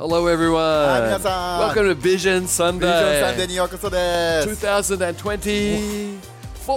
Hello, everyone. はい、皆さん。 Welcome to Vision ビジョンサ Sunday. ンデーにようこそです。 2024. 2024です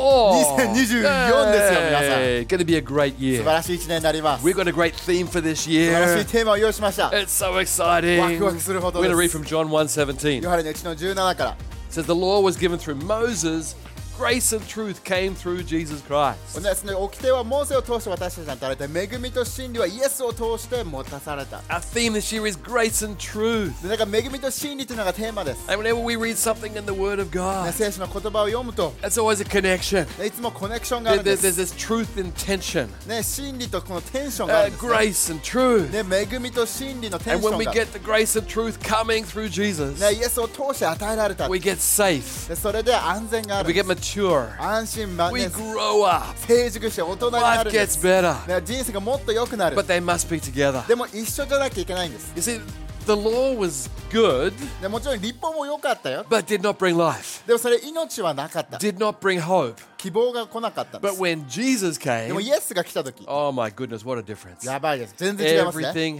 よ、 Yay. Gonna be a great 素晴 year. らしい一年になります。 We've 素 got a great theme for this 晴らし year. いテーマを用意しました。 It's so exciting. We're ワクワクするほどです。 gonna read from John 1:17. ヨ It ハネの1の17から says the law was given through Moses. Grace and truth came through Jesus Christ. 同じの掟はモーセを通して私たちに与えられて恵みと真理はイエスを通して持たされた Our theme this year is grace and truth. でなんか恵みと真理というのがテーマです、 And whenever we read something in the Word of ね God, 聖書の言葉を読むと that's always a connection. ねいつもコネクションがあ There- るんで there- There's す、 this truth and tension. ね、真理とこのテンションがあ Uh, るんです、 grace and truth. ね、恵みと真理のテン And when ション we が、 get the grace and truth coming through ね、 Jesus, イエスを通して与えられた we get safe, でそれで安全がある we んで get す mature, 安心、ま we ね、 grow up, 成熟して大人にな life るんです gets better, ね人生がもっと良くなる but they must be together. でも一緒じゃなきゃいけないんです。 You see, the law was good, でもちろん立法も良かったよ。 but did not bring life, でもそれ命はなかった。 did not bring hope. 希望が来なかったんで But す。 when Jesus でも came, イエスが来た時、 oh my goodness, what a difference. やばいです。全然違いますね。 Everything has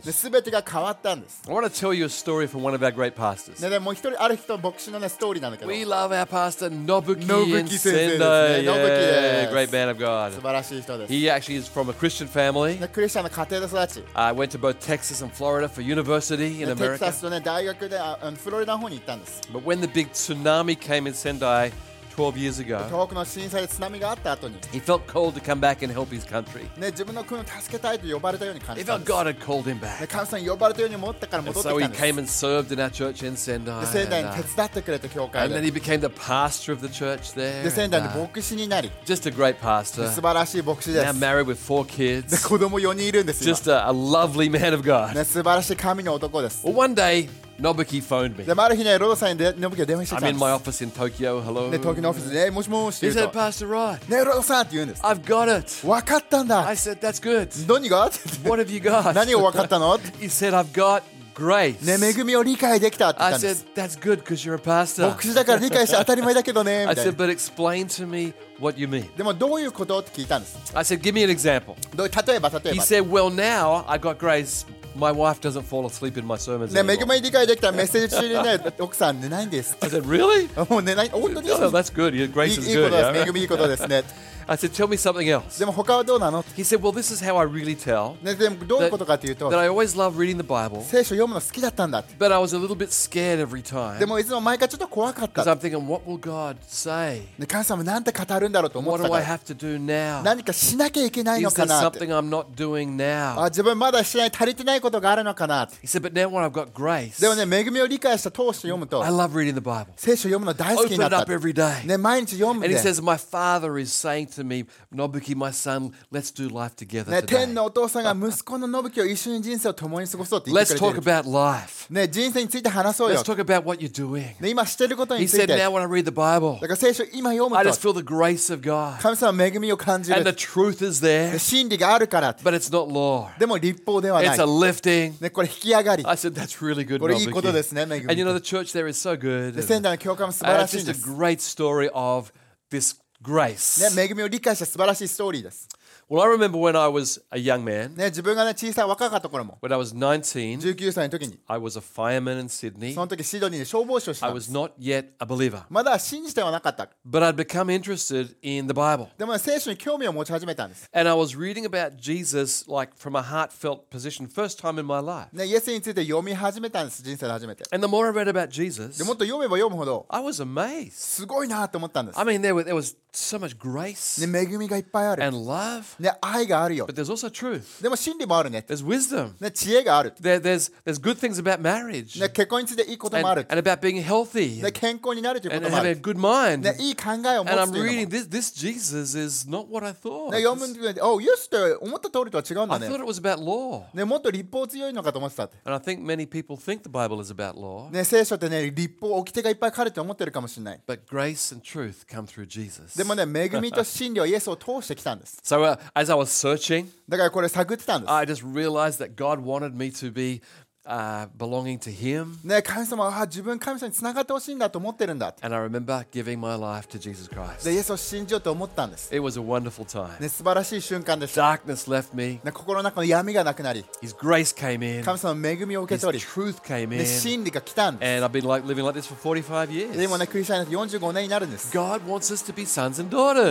changed. すべてが変わったんです。 I want to tell you a story from one of our great pastors. ね、でもう一人、ある人、牧師のね、ストーリーなんだけど、 We 素 love our pastor, Nobuki, Nobuki and 先生ですね。 Sendai. Yeah, Nobuki です。 great man of God. 晴らしい人です。 He actually is from a Christian family. ね、クリスチャンの家庭で育ち、 I went to both Texas and Florida for university in ねテキサ America. スとね、大学でああのフロリダの方に行ったんです。 But when the big tsunami came in Sendai 12 years ago, 東北の震災で津波があった後に、 he felt called to come back and help his country. ね、自分の国を助けたいと呼ばれたように感 He じた felt んです。 God had called him ね、 back. 神様に呼ばれたように思ったから And 戻って so he きたんです came。and served in our church in で Sendai. 仙台 And, に uh, 手伝ってくれた教会 and で then he became the pastor of the church there. で仙 And, 台の uh, 牧師になり just a great 素 pastor. 晴らしい牧師で Now す married with four で kids. 子供4人いるんですよ Just a, a lovely man of God. ね、素晴らしい神の男です Well, one day, Nobuki phoned me. でもある日ねローさんにで信が電話してき I'm たん in で my す office in Tokyo. で Hello. 東京のオフィスで、ね、もしもしって He 言 said, うと Pastor Rod, ねローさんって言うんです I've got it. 分かったん I だ said, That's good. 何がって言っ What て have you got? 何を分かったのって He said, I've got grace. ね恵みを理解できたって言 I ったんで said, す That's good because you're a pastor. 牧師だから理解して当たり前だけどね I みたい said, な But explain to me what you mean. でもどういうことって聞いたんです I said, Give me an example. どう例えば例え He ば said, Well, now I got grace. My wife doesn't fall asleep in my sermons. ね Anymore. 恵みに理解できたらメッセージ中にね奥さん寝ないんです I said, Really? もう寝ない本当に Oh, that's good. Your いい grace い is い good. ことです yeah, ね、恵 right? みいいことですね。 I said, Tell me something else. でも他はどうなの、 He said, Well, this is how I really tell ね、でもどういうことかというと that、I always love reading the Bible, 聖書読むの好きだったんだって。 but I was a little bit scared every time でもいつも毎回ちょっと怖かっ because た。 I'm thinking, What will God say? で、神様なんて語るんだろうと思っ What てた do I から have to do now? 何かしなきゃいけないの Is か there なって。 something I'm not doing あ now? 自分まだしない足りてないことがあるのかなって。 He said, but now when I've got grace, でもね、恵みを理解した当初読むと I、love reading the Bible. 聖書読むの大好き Open に it なったっ up て。 every day. ね、毎日読む And ん he で。 says, my father is saying to me, Nobuki, my son, let's do life ね、 together 天 today. のお父さんが息子の信樹を一緒に人生を共に過ごそうって言って Let's くれ talk てる。 about life. ね、人生について話そうよ Let's。talk about what you're doing. ね、今してること He について。 said, だ now か when I read the Bible, ら聖書今読む I と just feel the grace of God. 神様の恵みを感じ And the る。 truth is there, 真理があるからって。 but it's not law. でも立法では It's な a い。 lifting. ね、これ引き上がり。 I said, that's really good, これいいことですね、恵み。 Nobuki. And you know, the church there is so good. で And- 仙台の教会も素晴 Uh, ら it's しい just んで a す。 great story of this grace. ね、恵みを理解した素晴らしいストーリーです。 Well, I remember when I was a young man, ね、自分がね、小さい若かった頃も、 when I was 19, 19歳の時に、 I was a fireman in Sydney. その時シドニーで消防士をし I たんで was す。 not yet a believer, まだ信じてはなかった。 but I'd become interested in the Bible. でも、ね、聖書に興味を持ち始めたんです。 And I was reading about Jesus like from a heartfelt position, first time in my life. ね、イエスについて読み始めたんです、人生で初めて。 And the more I read about で Jesus, もっと読めば読むほど、 I was amazed. すごいなと思ったんです I。mean, there was, there was so much grace ね、恵みがいっぱいある。 and love ね、愛があるよ but。there's also truth. でも真理もあるね。 There's wisdom. ね、知恵がある。 There, there's, there's good things about marriage ね、結婚についていいこと and, もある。 and about being healthy ね、健康になるという and こともあ having a る。 good mind. ね、いい考えを持 And I'm つというのも reading。this, this Jesus is not what I thought. ね、読む This- 時に、おイエスって思った通りとは違うん I だね thought。it was about law. ね、もっと立法強いのかと思ってたって。 And I think many people think the Bible is about law. ね、聖書ってね、立法、掟がいっぱい書かれて思ってるかもしれない。 But grace and truth come through Jesus. でもね、恵みと真理はイエスを通してきたんです。 So uh, as I was searching, だからこれ探ってたんです。 I just realized that God wanted me to be uh, belonging to Him. ね、神様はあ自分神様に繋がってほしいんだと思ってるんだって。 And I remember giving my life to Jesus Christ. で、イエスを信じようと思ったんです。 It was a wonderful time. ね、素晴らしい瞬間でした。 Darkness left me. ね、心の中の闇がなくなり、 His grace came in. 神様の恵みを受け His 取り、 truth came で in. 真理が来たんで And I've been like living like this for 45す。でも years. ね、クリスチャンになって45年になるんです。 God wants us to be sons and ね、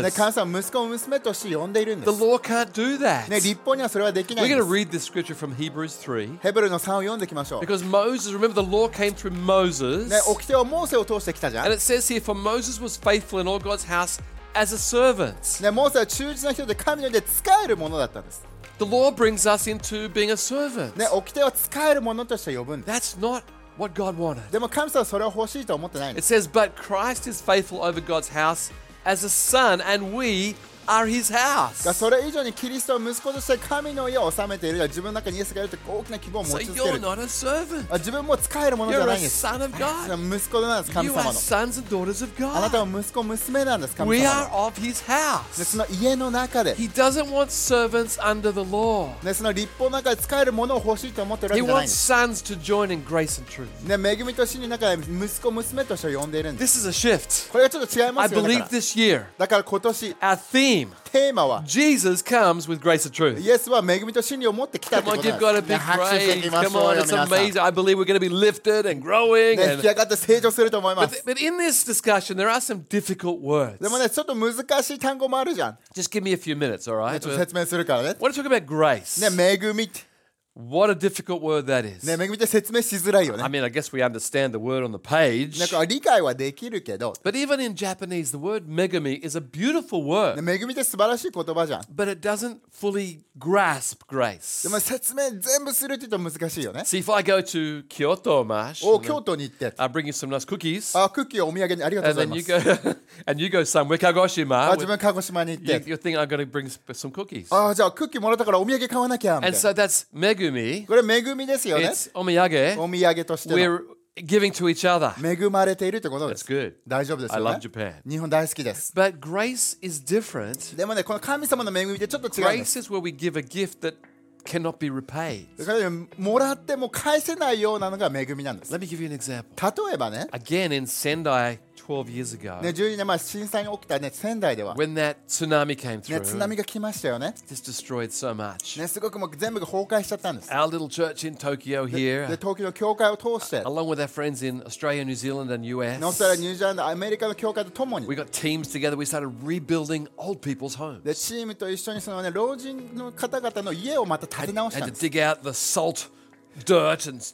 daughters. 神様は息子を娘として呼んでいるんで The す。 law can't do that. ね、立法にはそれはできな We're いん going で to す。 read this scripture from Hebrews 3ヘブルの3を読んできましょう。 because Moses, remember, the law came through Moses. ね、掟をモーセを通してきたじゃん And。it says here, For Moses was faithful in all God's house as a servant. ね、モーセは忠実な人で神の手で使えるものだったんです。 The law brings us into being a servant. ね、掟は使えるものとして呼ぶんです。 That's not what God wanted. でも神様はそれを欲しいと思ってないんで It す。 says, But Christ is faithful over God's house as a son, and we are his house. がそれ以上にキリストを息子として神の家を治めているが自分の中にイエスがいるという大きな希望を So 持ち続け you're る。 not a servant. あ自分も使えるものじゃ You're な a いんです。 son of God. 息子なんです、神 You 様 are の。 sons and daughters of あな God. たは息子、娘なんです、神 We 様 are の。 of his で house. その家の中で、 He doesn't want servants under the law. ね、その立法の中で使えるものを欲しいと思ってるわ He けじゃないん wants です。 sons to join in grace and truth. ね、恵みと真理の中で息子、娘として呼んでいるんで This is す。a shift. これがちょっと違い I ますよだから believe this year, だから今年、 our theme, テーマは Jesus comes with grace and truth. イエスは恵みと真理を持ってきたって Come こと on, なん give God a ですね big 拍手してい praise. きまし Come ょ on, うよ it's 皆さん、ね amazing. I believe we're going to be lifted and growing. 引き And, 上がって成長すると思いま but, す but in this discussion, there are some difficult words. でもねちょっと難しい単語もあるじゃん Just give me a few minutes, all ね right? ちょっ I と説明するからね want to talk about grace. ね恵みって、 What a difficult word that is. ね、恵みって説明しづらいよ I ねな mean, ん I guess we understand the word on the page. か理解はできるけど、 But even in Japanese, the word megami is a beautiful word, ね、恵みって素晴らしい言葉じゃん but it doesn't fully grasp grace. でも説明全部するって言うと難しいよね See, if I go to Oh, Kyoto, Mash, お京都に行って I'll bring you some nice cookies, あクッキーをお土産にありがとう and ござい then ま you Oh, す go and you go somewhere Kagoshima. with- あ自分鹿児島に行っ you, て you think I'm going to bring sp- some cookies, あじゃあクッキーもらったからお土産買わなきゃみたい and な so that's megumi. これ恵みですよね It's omiyage. お土産としての We're giving to each other. 恵まれているってことで That's す good. 大丈夫です I よ、ね love、Japan, 日本大好きです but grace is different. でもねこの神様の恵みってちょっと違うんで Grace す is where we give a gift that cannot be repaid. だからねもらっても返せないようなのが恵みなんです Let me give you an example. 例えばね Again, in Sendai, 12 years ago, ね12年前震災に起きたね仙台では、ね、 when that tsunami came through, 津波が来ましたよね just destroyed so much. ねすごくもう全部が崩壊しちゃったんです Our little church in Tokyo で here, 東京の教会を通してね along with our friends in Australia, New Zealand, and オーストラ US, リアニュージーランドアメリカの教会とともに we got teams together. We started rebuilding old people's で homes. チームと一緒にその、ね、老人の方々の家をまた建て直し Had た to んです、 dig out the salt, dirt, and uh,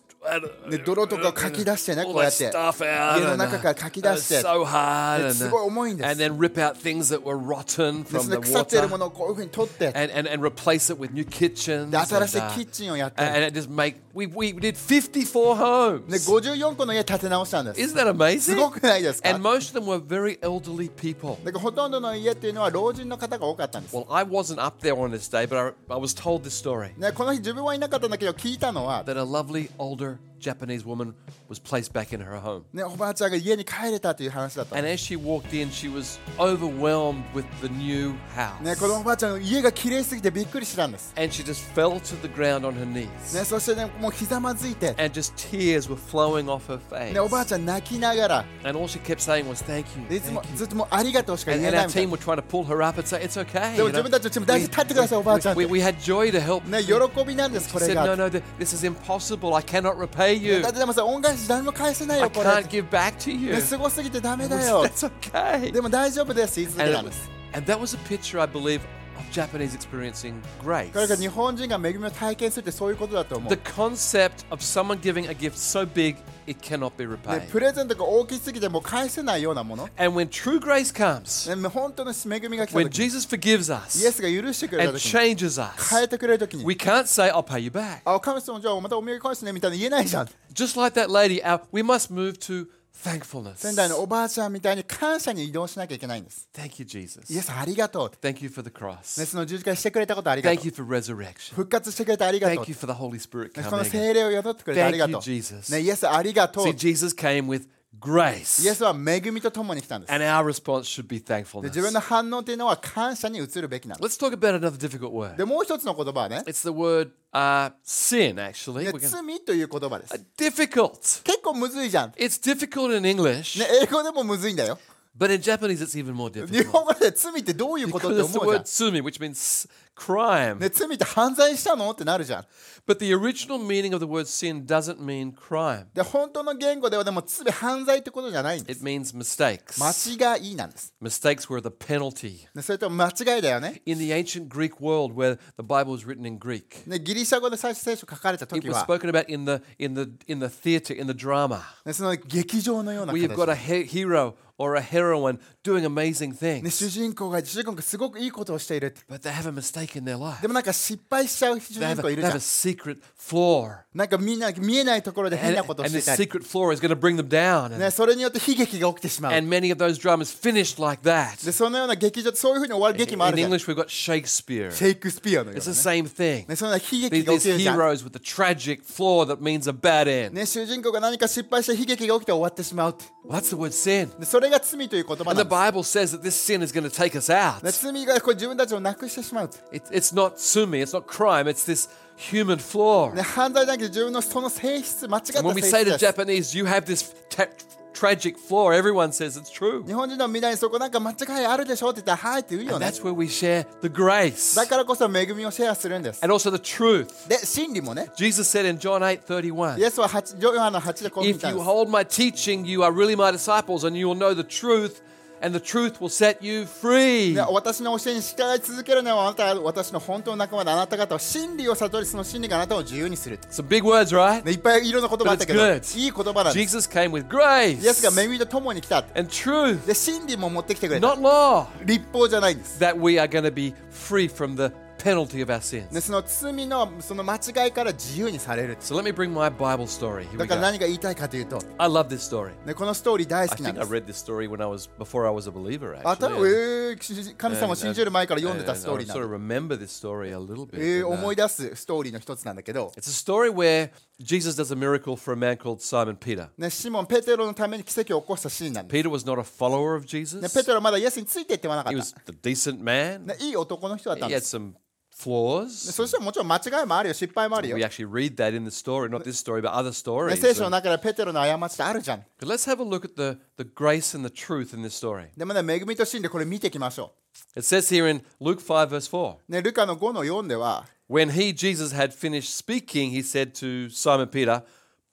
ね、泥とかをかき出してね all こうや that って stuff out. 家の and, 中から uh, かき it 出 was して so hard. で And, す uh, ごい重いんで and す then rip out things that were rotten でそ from の the 腐っているも water. のをこういうふうに取って and, and, and replace it with new kitchens. で新し and, uh, いキッチンをやって、 and ね、 it just make we, we did 54 homes. 54個の家建て直したんです Isn't that amazing? すごくないですか And most of them were very elderly people. だからほとんどの家っていうのは老人の方が多かったんです、 Well, I wasn't up there on this day, but I, I was told this story ね、この日自分はいなかったんだけど聞いたのは、 that a lovely older Japanese woman was placed back in her home. ね、おばあちゃんが家に帰れたという話だったん And です as she walked in, she was overwhelmed with the new ね、このお house. ばあちゃんの家が綺麗すぎてびっくりしたんです、 And she just fell to the ground on her ね、 knees. そしてねもうひざまずいて、 And just tears were flowing off her face. ね、おばあちゃん泣きながら And all she kept saying was, Thank you. でいつ thank も you." ずっともうありがとうしか And, 言え and な our いみたい team な were trying to pull her up and say, it's okay. で you know. も自分たちのチーム大事に立ってくださいおばあちゃん We, we, we ね had joy to help. 喜びなんです She これ said, no, が no, th- this is impossible. I cannot repay だ you. ってでもさ恩返し誰も返せない I よこれ、 can't give back to you. ね、 That's すごすぎてダメだよ that's okay. でも大丈夫です言い続 And, it けたんで was- す and that was a picture, I believe, of Japanese experiencing grace. 彼が日本人が恵みを体験するってそういうことだと思う The concept of someone giving a gift so big it cannot be で repaid. プレゼントが大きすぎてもう返せないようなもの And when true grace comes, でもう本当の恵みが来た when 時 Jesus forgives イエ us スが許してくれた and 時に changes 変 us, えてくれる時 we に can't say, I'll pay you back. あ神様じゃあまたお土産返すねみたいな言えないじゃん Just like that lady, our, we must move to thankfulness. 仙台のおばあちゃんみたいに感謝に移動しなきゃいけないんです Thank you, イエ Jesus. スありがとうって Thank you for the cross. ねその十字架してくれたことありが Thank とう you for resurrection. 復活してくれてありがとう Thank you for the Holy Spirit ねその coming. 精霊を宿ってくれてありがと Thank you, Jesus. う、ね、イエスありがとう See, イ Jesus came with grace. エスは恵みとともに来たんです And our response should be で自分 thankfulness. の反応というのは感謝に移るべきなんです Let's talk about another difficult word. でもう一つの言葉はね It's the word uh, sin, actually. ね We're gonna- 罪という言葉です difficult. 結構むずいじゃん、ね、 It's difficult in English, 英語でもむずいんだよ but in Japanese it's even more 日 difficult. 本語で罪ってどういうことっ Because て it's the 思うじゃん word tsumi, which means crime. ね、罪って犯罪したのってなるじゃん But the original meaning of the word sin doesn't mean crime. で本当の言語ではでも罪犯罪ってことじゃないんで It す means mistakes. 間違いなんです、 Mistakes were the penalty. ね、それと間違いだよね In the ancient Greek world where the Bible was written in Greek, ね、ギリシャ語で最初聖書書かれた it 時 was は、 spoken about in the in the in the theater, in the drama. ね、その劇場のような Where you've got 形 a he- hero or a heroine doing amazing ね、 things, 主人公が主人公がすごくいいことをしているって but they have a mistake in their life. でもなんか失敗しちゃう主 They 人 have a, 公い they るじゃ have a ん secret flaw. なんかみんな見えないところで変 And, なことを and して the いたり、 secret flaw is going to bring them down. And, ね、それによって悲劇が起きてしまう and many of those dramas finished like that. でそのような劇場そういうふうに終わる劇もあ In るじゃんシ English, we've got Shakespeare. ェイクスピアのよ It's うな the ね same thing. ね、そのような These, 悲劇が起 these きるじゃん、 heroes with the tragic flaw that means a bad end. ね、主人公が何か失敗して悲劇が起きて終わってしまうって Well, that's the word sin. でそれが罪という言葉 And な the んで Bible says that this sin is going to take us out. す、ね、罪がこう自分たちをなくしてしまうって、 It, it's not sumi, it's not crime, it's this human flaw. ね、犯罪じゃなくて自分のその性質間違った And when 性 we say 質 to です Japanese, you have this ta- tragic flaw, everyone says it's true. 日本人の未来にそこなんか間違いあるでしょって言ったらはいって言うよ And ね that's where we share the grace だからこそ恵みをシェアするんです and also the truth. で真理もね Jesus said in John 8 31, イエスは8ヨハネの8でこう見 If たん you です hold my teaching, you are really my disciples, and you will know the truth, and the truth will set you free. で私の教えに従い続けるのはあなたは私の本当の仲間であなた方は真理を悟りその真理があなたを自由にするって、 Some big words, right? ね、いっぱいいろんな言葉あったけど But いい it's good. 言葉なんです Jesus came with イエス grace が恵みと共に来たって and truth, で真理も持ってきてくれた not law, 立法じゃないんです、 that we are going to be free from the penalty of our ね、 sins. その罪のその間違いから自由にされる So let me bring my Bible story. Here だ we から go. 何が言いたいかというと、 I love this story. ね、このストーリー大 I 好きな think んで I す read this story when I was before I was a believer. あた、え Actually, ー神様を信じる前から読んでたストー and リ I ーなん sort だ of remember this story a little え bit. ー but, uh, 思い出すストーリーの一つなんだけど、 It's a story where Jesus does a miracle for a man called Simon Peter. ね、シモン、ペテロのために奇跡を起こしたシーンなんです。 Peter was not a follower of ね、 Jesus. ペテロはまだイエスについていってはなか He っ was た。 the decent man. ね、いい男の人だった He んで had す。 some ね flaws. そしてもちろん間違いもあるよ、失敗もあるよ。 We ね、 actually read that in the story, not this story, but other stories. 聖書の But 中でペテロの過ちってあるじゃん。 let's have a look at the, the grace and the truth in this story. でもね、恵みと真理、これ見ていきましょ It says here in Luke 5, verse 4う。ね、ルカの5の4では、 When he, Jesus, had finished speaking, he said to Simon Peter,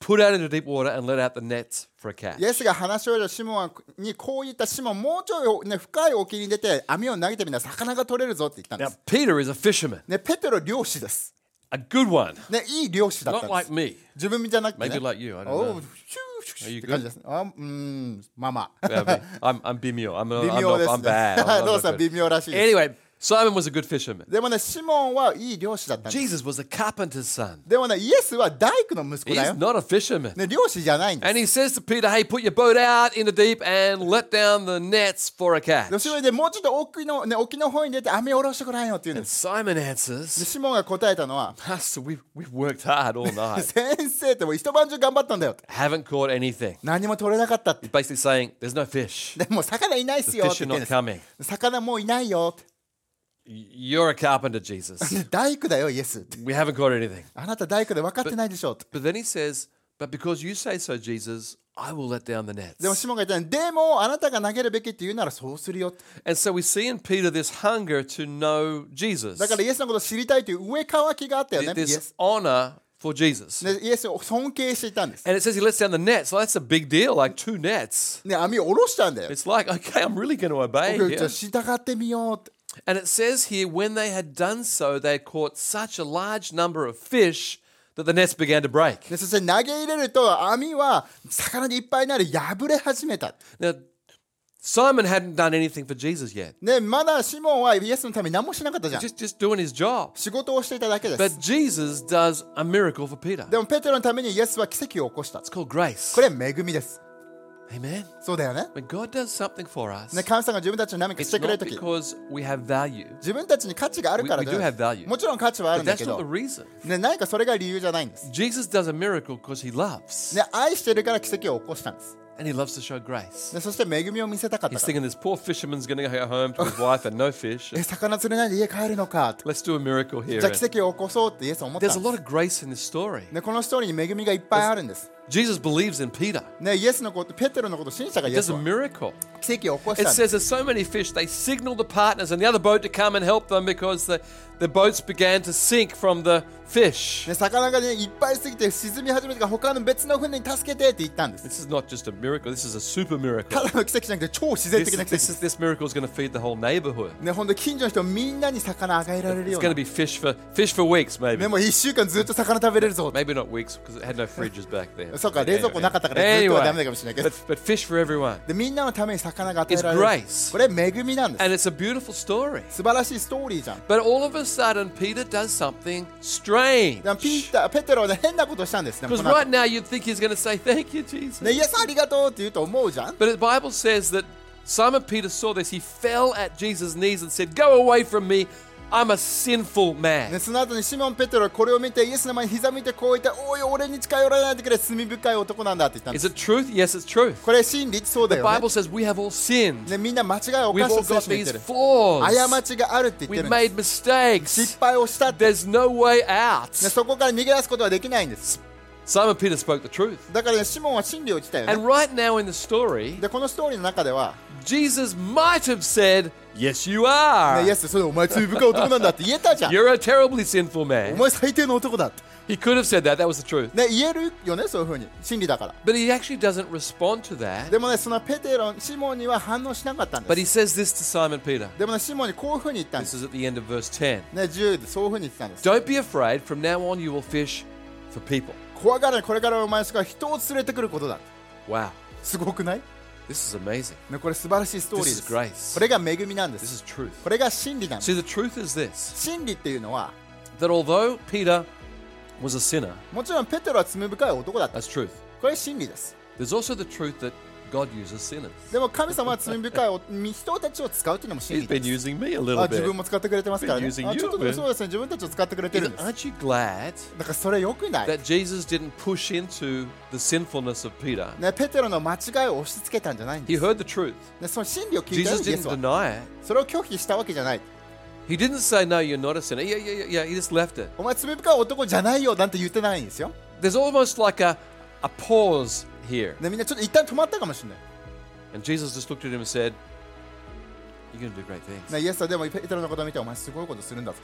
Put out into deep water and let out the nets for a catch. イエスが話し終えたシモンにこう言ったシモン、もうちょい、ね、深い沖に出て網を投げてみたら魚が取れるぞって言ったんで Now, す。 Peter is a fisherman, ね、ペテロ漁師です。 a good one, ね、いい漁師だった not んで like す。 me. 自分じゃなくて、ね。 Maybe like you, I don't know. おうシューシュ Are ー you って感じです。あうーん、まあまあ。 Yeah, me. I'm, I'm bimio. I'm, not- 微 I'm, 妙 not, です I'm bad. I'm ね。 not- どう I'm さ not 微 good. 妙らしいです。 Anyway, Simon was a good fisherman. でもね、シモンはいい漁師だったんです。 Jesus was a carpenter's son. でもね、イエスは大工の息子だ He's よ。 not a fisherman. ね、漁師じゃないんで And す。 he says to Peter, Hey, put your boat out in the deep and let down the nets for a catch. 年上でもうちょっと沖の,、ね、沖の方に出て網を下ろしてごらんよって言うん And です。 Simon で answers, シモンが答えたのは、 Master, we've, we've worked hard all night, 先生ってもう一晩中頑張ったんだよって。 haven't caught anything. 何も取れなかったって。 He's basically saying, There's no fish. でもう魚いないっす The よって fish are 言ってん not で coming. す魚もういないよって。 You're a carpenter, Jesus. で大工だよ、イエスって。 We haven't caught anything. あなた大工で分かってないでしょって。 But then he says, But because you say so, Jesus, I will let down the で nets. もシモンが言ったのでもあなたが投げるべきって言うならそうするよって。 And so we see in Peter this hunger to know Jesus, だからイエスのことを知りたいという上乾きがあったよね。イエ this ス honor for Jesus. でイエスを尊敬していたんです。 And it says he lets down the net, so that's a big deal, like two nets. ね、網を下ろしたんだよ。 It's like, okay, I'm really going to obey 僕じゃあ here. 従ってみようって。 And it says here, when they had done so, they had caught such a large number of fish that the nets began to break. でそして投げ入れると網は魚でいっぱいになり破れ始めた。 Now, Simon hadn't done anything for Jesus yet, ね、まだシモンはイエスのために何もしなかったじゃん。 just, just doing his job. 仕事をしていただけです。 But Jesus does a miracle for Peter. でもペテロのためにイエスは奇跡を起こした。 It's called grace. これは恵みです。 Amen. そうだよね。 When God does something for us, ね、神様が自分たちに何かし it's てくれる not とき、 because we have value, 自分たちに価値があるからだ We- we do have value. もちろん価値はある but んだ that's け not the ど、 reason. ね、何かそれが理由じゃないんです。 Jesus does a miracle because he loves, ね、愛してるから奇跡を起こしたんです。 and he loves to show grace. ね、そして恵みを見せたかった He's から。 thinking this poor fisherman's going to go home to his wife and no fish. え、魚釣れないで家帰るのかと。 Let's do a miracle here. じゃあ奇跡を起こそうってイエスは思ったん There's a で lot す。 of grace in this story. ね、このストーリーに恵みがいっぱいあるんです。 Jesus believes in Peter. ね、イエスのこと、ペテロのこと、信者がイエ Does ス a は miracle. 奇跡を起こし It たんです。 says there's so many fish, they signaled the partners and the other boat to come and help them because the, the boats began to sink from the fish. ね、魚がね、いっぱいすぎて沈み始めたから他の別の船に助けてって言ったんです。 This is not just a miracle, this is a super た miracle. だの奇跡じゃなくて超自然 This, 的な this, 奇跡 this, this miracle is going to feed the whole neighborhood. ね、ほんと近所の人みんなに魚あげられる It's ような going to。be fish for fish for weeks, ね、 maybe. もう1週間ずっと魚食べれるぞ。 Maybe not weeks because it had no fridges back then. そうか、冷蔵庫なかったからずっとはダメだかも Anyway, しれないけど but,。but fish for everyone. で、みんなのために魚が与え It's られる grace.。これ恵みなんです。 And it's a beautiful story. 素晴らしいストーリーじゃん。 But all of a sudden, Peter does something strange. でもピーター、ペテロはね、変なことしたんですね。 Because この後 right now you'd think he's going to say, Thank you, ね、 Jesus. イエスありがとうって言うと思うじゃん。 But the Bible says that Simon Peter saw this. He fell at Jesus' knees and said, Go away from me. I'm a sinful ね、 man. その後にシモン・ペテロはこれを見て、イエスの前にひざ見てこう言って、おい、俺に近寄らないでくれ、罪深い男なんだって言ったんで Is す。 it truth? Yes, it's truth. これ、真理そうだ The よ、ね Bible says we have all sinned. ね。みんな間違いを犯 We've し all てる got 人言 these ってる。過 flaws. ちがあるって言ってる We've んです made mistakes. 失敗をしたって、ね、 There's no way out. そこから逃げ出すことはできないんです。 Simon Peter spoke the truth. だから、ね、シモンは真理を言ってたよね。 And right now in the story, で、このストーリーの中では、 Jesus might have said, Yes, you ね、イエ are. ス、それお前罪深い男なんだって 言えたじゃん。 You're a terribly sinful お man. 前最低の男だって。 He could have said that. That was the truth. ね、言えるよね、そういうふうに。真理だから。 But he actually doesn't respond to that. でもね、そのペテロ、シモンには反応しなかったん But で he す。 says this to Simon Peter. でもね、シモンにこういうふうに言ったんで This す。 is at the end of verse 10. ね、10でそういうふうに言ってたんです。 Don't be afraid. From now on, you will fish for people. 怖がらない、これからお前しか人を連れてくることだ。 Wow. すごくない、 This is amazing. ね、これ素晴らしいストー This リ is ーです。 grace. これが恵みなんで This す。 is truth. これが真理なんです。 See, the truth is this 真理っていうのは、 that although Peter was a sinner, もちろんペテロは罪深い男だった。 that's truth. これ真理です。 There's also the truth that God uses sinners. でも神様は罪深いお 人たちを使うっていうのも真 He's 理 been です。 using me a あ little 自 bit. 分も使ってくれてますからね。あ Been ち using you, ょっとね man. そうですね、自分たちを使ってくれてる Isn't- んです。 Aren't you glad だからそれよくない、 that Jesus didn't push into the sinfulness of Peter? ね、ペテロの間違いを押し付けたんじゃないん He です。 heard the truth. ね、その真理を聞いた Jesus んです didn't は。 deny it. それを拒否したわけじゃない。 He didn't say, No, you're not a sinner. Yeah, yeah, yeah, yeah. He just left it. お前罪深い男じゃないよなんて言ってないんですよ。 There's almost like a, a pause here. ね、みんなちょっと一旦止まったかもしれない。 And Jesus just looked at him and said, You're going to do great things. ね、イエスはでもペテロのことを見てお前すごいことするんだぞ。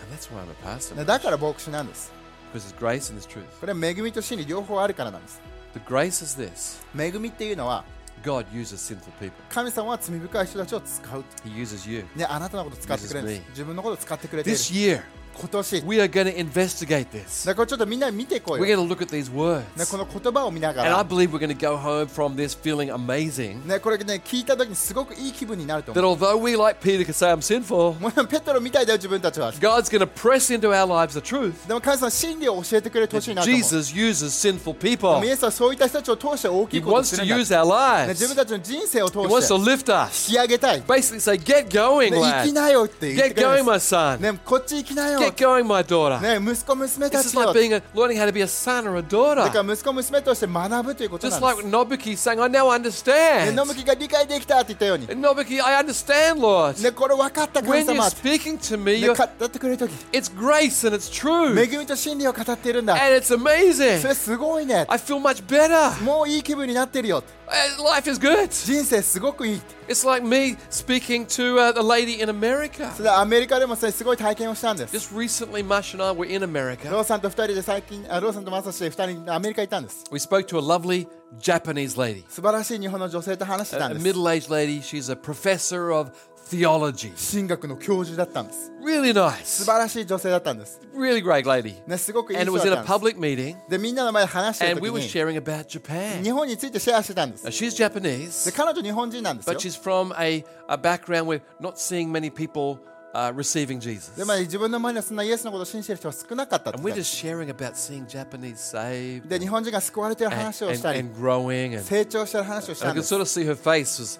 And that's why I'm a pastor. ね、 Because だから牧師なんです。 there's grace and there's truth. これは恵みと真理両方あるからなんです。 The grace is this 恵みっていうのは God uses sinful people, 神様は罪深い人たちを使う。 He uses you. ね、あなたのこと使ってくれるんで This is me. す。自分のこと使ってくれている。 This year, 今年。 we are going to investigate this. だからちょっとみんな見ていこう We're よ。ね、 going to look at these こ words. の言葉を見なが And I ら。 believe we're going to go home from this feeling amazing. ね、これね、聞いた時にすごくいい気分になると思 That う。 although we, like Peter, can say, I'm sinful, もうペテロみたいだよ、自分たちは。 God's going to press into our lives the truth. でも神様は真理を教えてくれる that 年になると思う。 Jesus uses sinful で people. もイエスはそういった人たちを通して大き He いことを wants す to るんだ。ね use our 自分 lives. たちの人生を通 He wants して to 引 lift us. き上げたい。ね Basically say, get going, 行 lad. きなよって言っ Get てくれる going, んで my son. す。ね、こっち行きなよ。ね Get、going, my daughter. 息子娘た This is ちよ like だ being a, learning how to be a son or a か daughter. ら息子娘として学ぶということな Just ん like で Nobuki saying, I now す。understand. ね、野きが理解できたって言ったように。 And Nobuki, I understand, Lord. ね、これ分かった神 When 様 you're って。 speaking to me, ね、 you're, 語ってくれるとき、 it's grace and it's true. 恵みと真理を語っているんだ。 And it's そ amazing. れすごいね。 I feel much better. もういい気分になってるよ。 Uh, Life is good. 人生すごくいい。 It's like me speaking to uh, the lady in America. それアメリカでもそれすごい体験をしたんです。 Just recently, Mash and I were in America. ローさんと二人で最近、あローさんとマサシで二人アメリカ行ったんです。 We spoke to a lovely Japanese lady, 素晴らしい日本の女性と話して a, た a んです。 middle-aged lady. She's a professor of theology. 神学の教授だったんです Really 素 nice. 晴らしい女性だったんです、 Really great lady. ね、すごくいい And it was 人 in だ a ったんで public meeting, すでみんなの前で話して and る we 時 were に sharing about 日 Japan. 本についてシェアしてたんです Now, she's で Japanese, 彼女日本人なんですよ but she's from a, a background where not seeing many people uh, receiving で Jesus. まあ自分の前にはそんなイエスのことを信じてる人は少なかったって And we're 言ったんです just sharing about seeing Japanese saved で日本人が救われてる and, 話を and, したり and growing. And 成長してる話をし I たんで could す sort of see her face was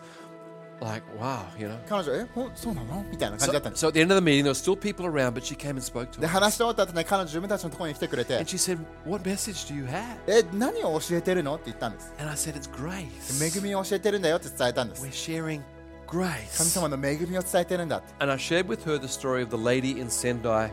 like, wow, you know. 彼女えほんそうなのみたいな感じだ So, ったんです so at the end of the meeting, there were still people around, but she came and spoke to で us. 話し終わった後ね彼女自分たちのところに来てくれて And she said, What message do you have? え何を教えてるのって言ったんです And I said, It's grace. 恵みを教えてるんだよって伝えたんです We're sharing 神 grace. 様の恵みを伝えてるんだって And I shared with her the story of the lady in Sendai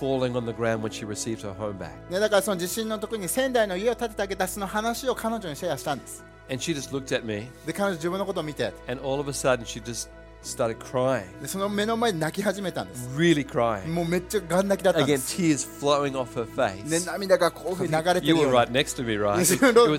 falling on the ground when she received her home back. ね、だからその地震の時に仙台の家を建ててあげたその話を彼女にシェアしたんです And she just looked at me, で彼女自分のことを見て and all of a sudden, she just started crying. でその目の前で泣き始めたんです Really crying. もうめっちゃガン泣きだったんで Again, す、 tears flowing off her ね、 face. 涙がこういうふうに流れて You る were ような right next to me, right? で It ロロ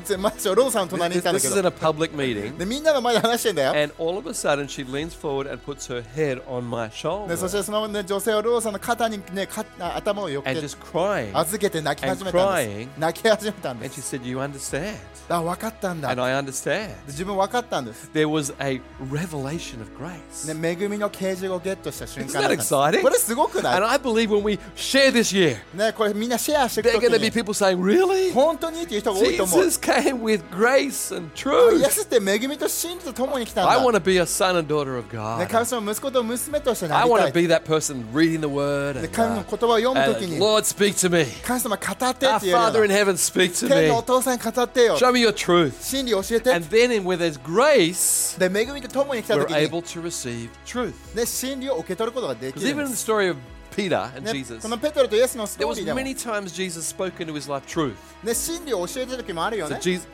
was- ーさんの隣にい This たんだ this け is in ど a public meeting. でみんなの前で話してんだよ And all of a sudden, she leans forward and puts her head on my で shoulder そしてその、ね、女性はローさんの肩に、ね、かあ頭をよけ and て just crying. 預けて泣き始めたんで and crying. す泣き始めたんで And she す said, You understand. あ分かったんだ And で I understand. 自分分かったんです、 There was a revelation of grace. ね、恵みの啓示をゲットした瞬 Isn't 間 that だったんですこ exciting? れすごく And ない I believe when we share this year, ね、これみんなシェアしてい there are く going to とき be に people saying, Really? 本当にっていう人が多いと思う Jesus came with grace and イエ truth. スって恵みと真理と共に来た I ん want to だ be a son and daughter of ね、神 God. 様の息子と娘としてな I り want た to い be that person reading the word で and, 神の uh, 言葉を読むとき and に Lord, speak to me. 神様語ってって言 Our えるよう Father in な heaven, speak to 天のお me. 父さんに語ってよ Show me your truth. 真理教えて And then, in where there's grace, で恵みと共に来たと we're きに able to receive truth. ね、真理を受け取ることができ Because るん even で in the す、 story of Peter and ね Jesus, このペトロとイエスのス there トー was リーでも、ね、 many times Jesus spoke into his life truth. 真理を教えてる時もあるよ So ね Jesus,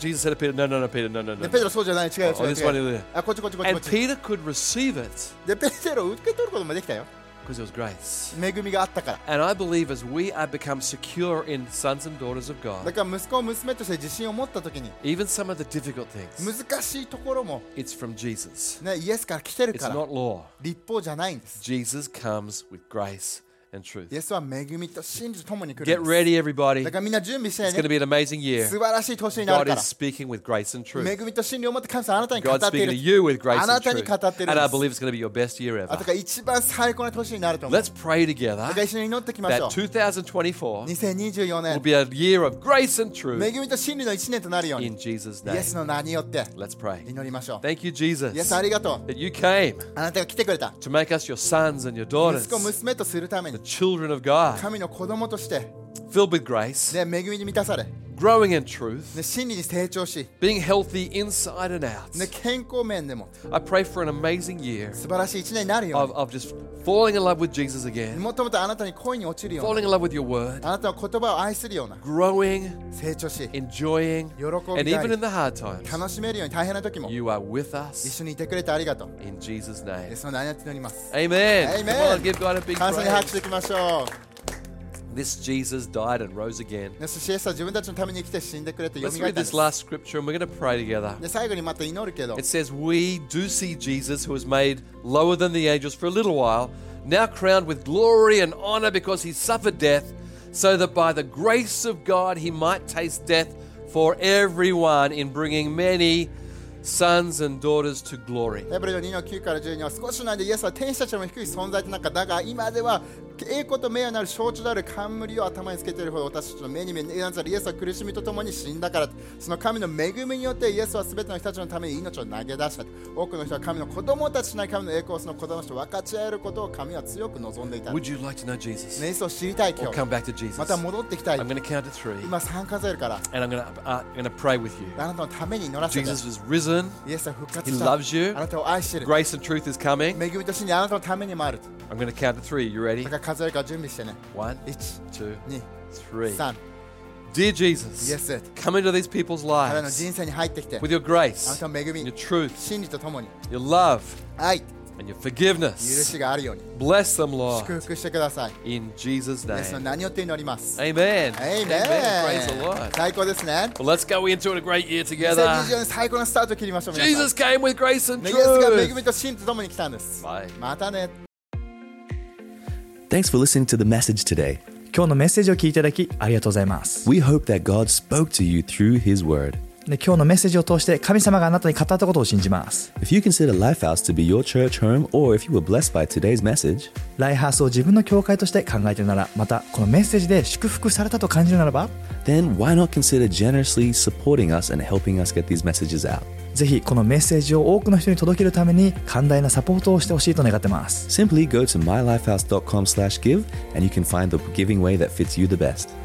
Jesus said to Peter, No, no, no, Peter, no, no, で no. ペトロそうじゃない違うよ Oh, 違う this one 違 over う there. あこっちこっちこっちこっ And ち Peter could receive it でペテロを受け取ることもできたよ because it was grace. 恵みがあったから And I believe as we are become secure in sons and daughters of だ God, から息子を娘として自信を持った時に even some of the difficult things, 難しいところも、 it's from Jesus. ね、イエスから来てる It's から not law. 立法じゃないんです Jesus comes with grace and truth. イエスは恵みと真理と共に来るんです Get ready, everybody. だか It's らみんな準備して going to ね be an amazing 素晴 year. らしい年になる God から is speaking with grace and 恵 truth. みと真理を持って神様あなたに語っ God's てい speaking to you る with grace あな and たに truth. 語っているん And I です believe it's going to be your best year あとか ever. 一番最高な年になると思う Let's pray だから together 一緒に祈っていきましょう that 2024 2024 will 年 be a year of grace and 恵 truth みと真理の1年となるように in Jesus' イエ name. スの名によって Let's pray. 祈りましょう Thank you, イエ Jesus, スありがとう that you came あなたが来てくれた to make us your sons and your daughters, 息子 the 娘とするために children of God, 神の子供として、 filled with grace, ね、恵みに満たされ、ね、 growing in truth, 真理に成長し、 being healthy inside and out. ね、健康面でも I pray for an amazing year 素晴らしい1年になるよ of, of just falling in love with Jesus うに again, もっともっとあなたに恋に落ちるよう falling in love with your word, なあなたの言葉を愛するような growing, 成長し enjoying, and even in the hard times, 楽しめるように大変な時も you are with 一 us 緒にいてくれてありがとう in Jesus' イエ name. スの名によって祈ります Amen. Amen. Come on, give God a big 感謝に拍手 praise. いきましょ This Jesus died and rose again. うねそしてイエスは自分たちのために生きて死んでくれてよ Let's みがえ read ったんで this す last scripture and we're going to pray together. で最後にまた祈るけど It says, We do see Jesus, who was made lower than the angels for a little while, now crowned with glory and honor because he suffered death, so that by the grace of God he might taste death for everyone in bringing many sons and daughters to glory. ヘブルの2の9から12は少しの間イエスは天使たちよりも低い存在の中だが今では栄光と名誉なる象徴である冠を頭につけているほど私たちの目に見えなざるイエスは苦しみとともに死んだからその神の恵みによってイエスは全ての人たちのために命を投げ出した多くの人は神の子供たちなり神の栄光をその子供たちと分かち合えることを神は強く望んでいたね Would you like to know Jesus? イエスを知りたい今 Or 日 come back to ま Jesus? た I'm 戻ってきたい going to count to three 今3数えるからあ and I'm going to, uh, going to pray with you. なたのために祈らせて Jesus was risen. イエスは復活 He したあ loves you. なたを愛してる Grace and truth is coming. 恵みと死にあなたのためにもある I'm going to count to three. You ready? だから数えるから準備してね One, 1 two, 2 three. 3 Dear Jesus, Yes. come into these people's 彼らの lives 人生に入ってきて with your grace, あなたの恵み your truth, 真理とともに your love, 愛 and your 許し forgiveness. があるように Bless them, Lord, 祝福してください。 in Jesus' イエスの name. 何よって祈ります。 Amen. エイメ Praise the ン Lord. 最高ですね。 Well, let's go into it a great year 2024 together. 年最高のスタートを切りましょう。皆さん Jesus came with grace and ねイエスが恵 truth. みと真とともに来たんです。 Bye. またね。 Thanks for listening to the message today. 今日のメッセージを聞いていただきありがとうございます We hope that God spoke to you through His Word. で今日のメッセージを通して神様があなたに語ったことを信じます If you consider Lifehouse to be your church home, or if you were blessed by today's message, ライハースを自分の教会として考えているならまたこのメッセージで祝福されたと感じるならば then why not consider generously supporting us and helping us get these messages out? ぜひこのメッセージを多くの人に届けるために寛大なサポートをしてほしいと願ってます Simply go to mylifehouse.com/give and you can find the giving way that fits you the best.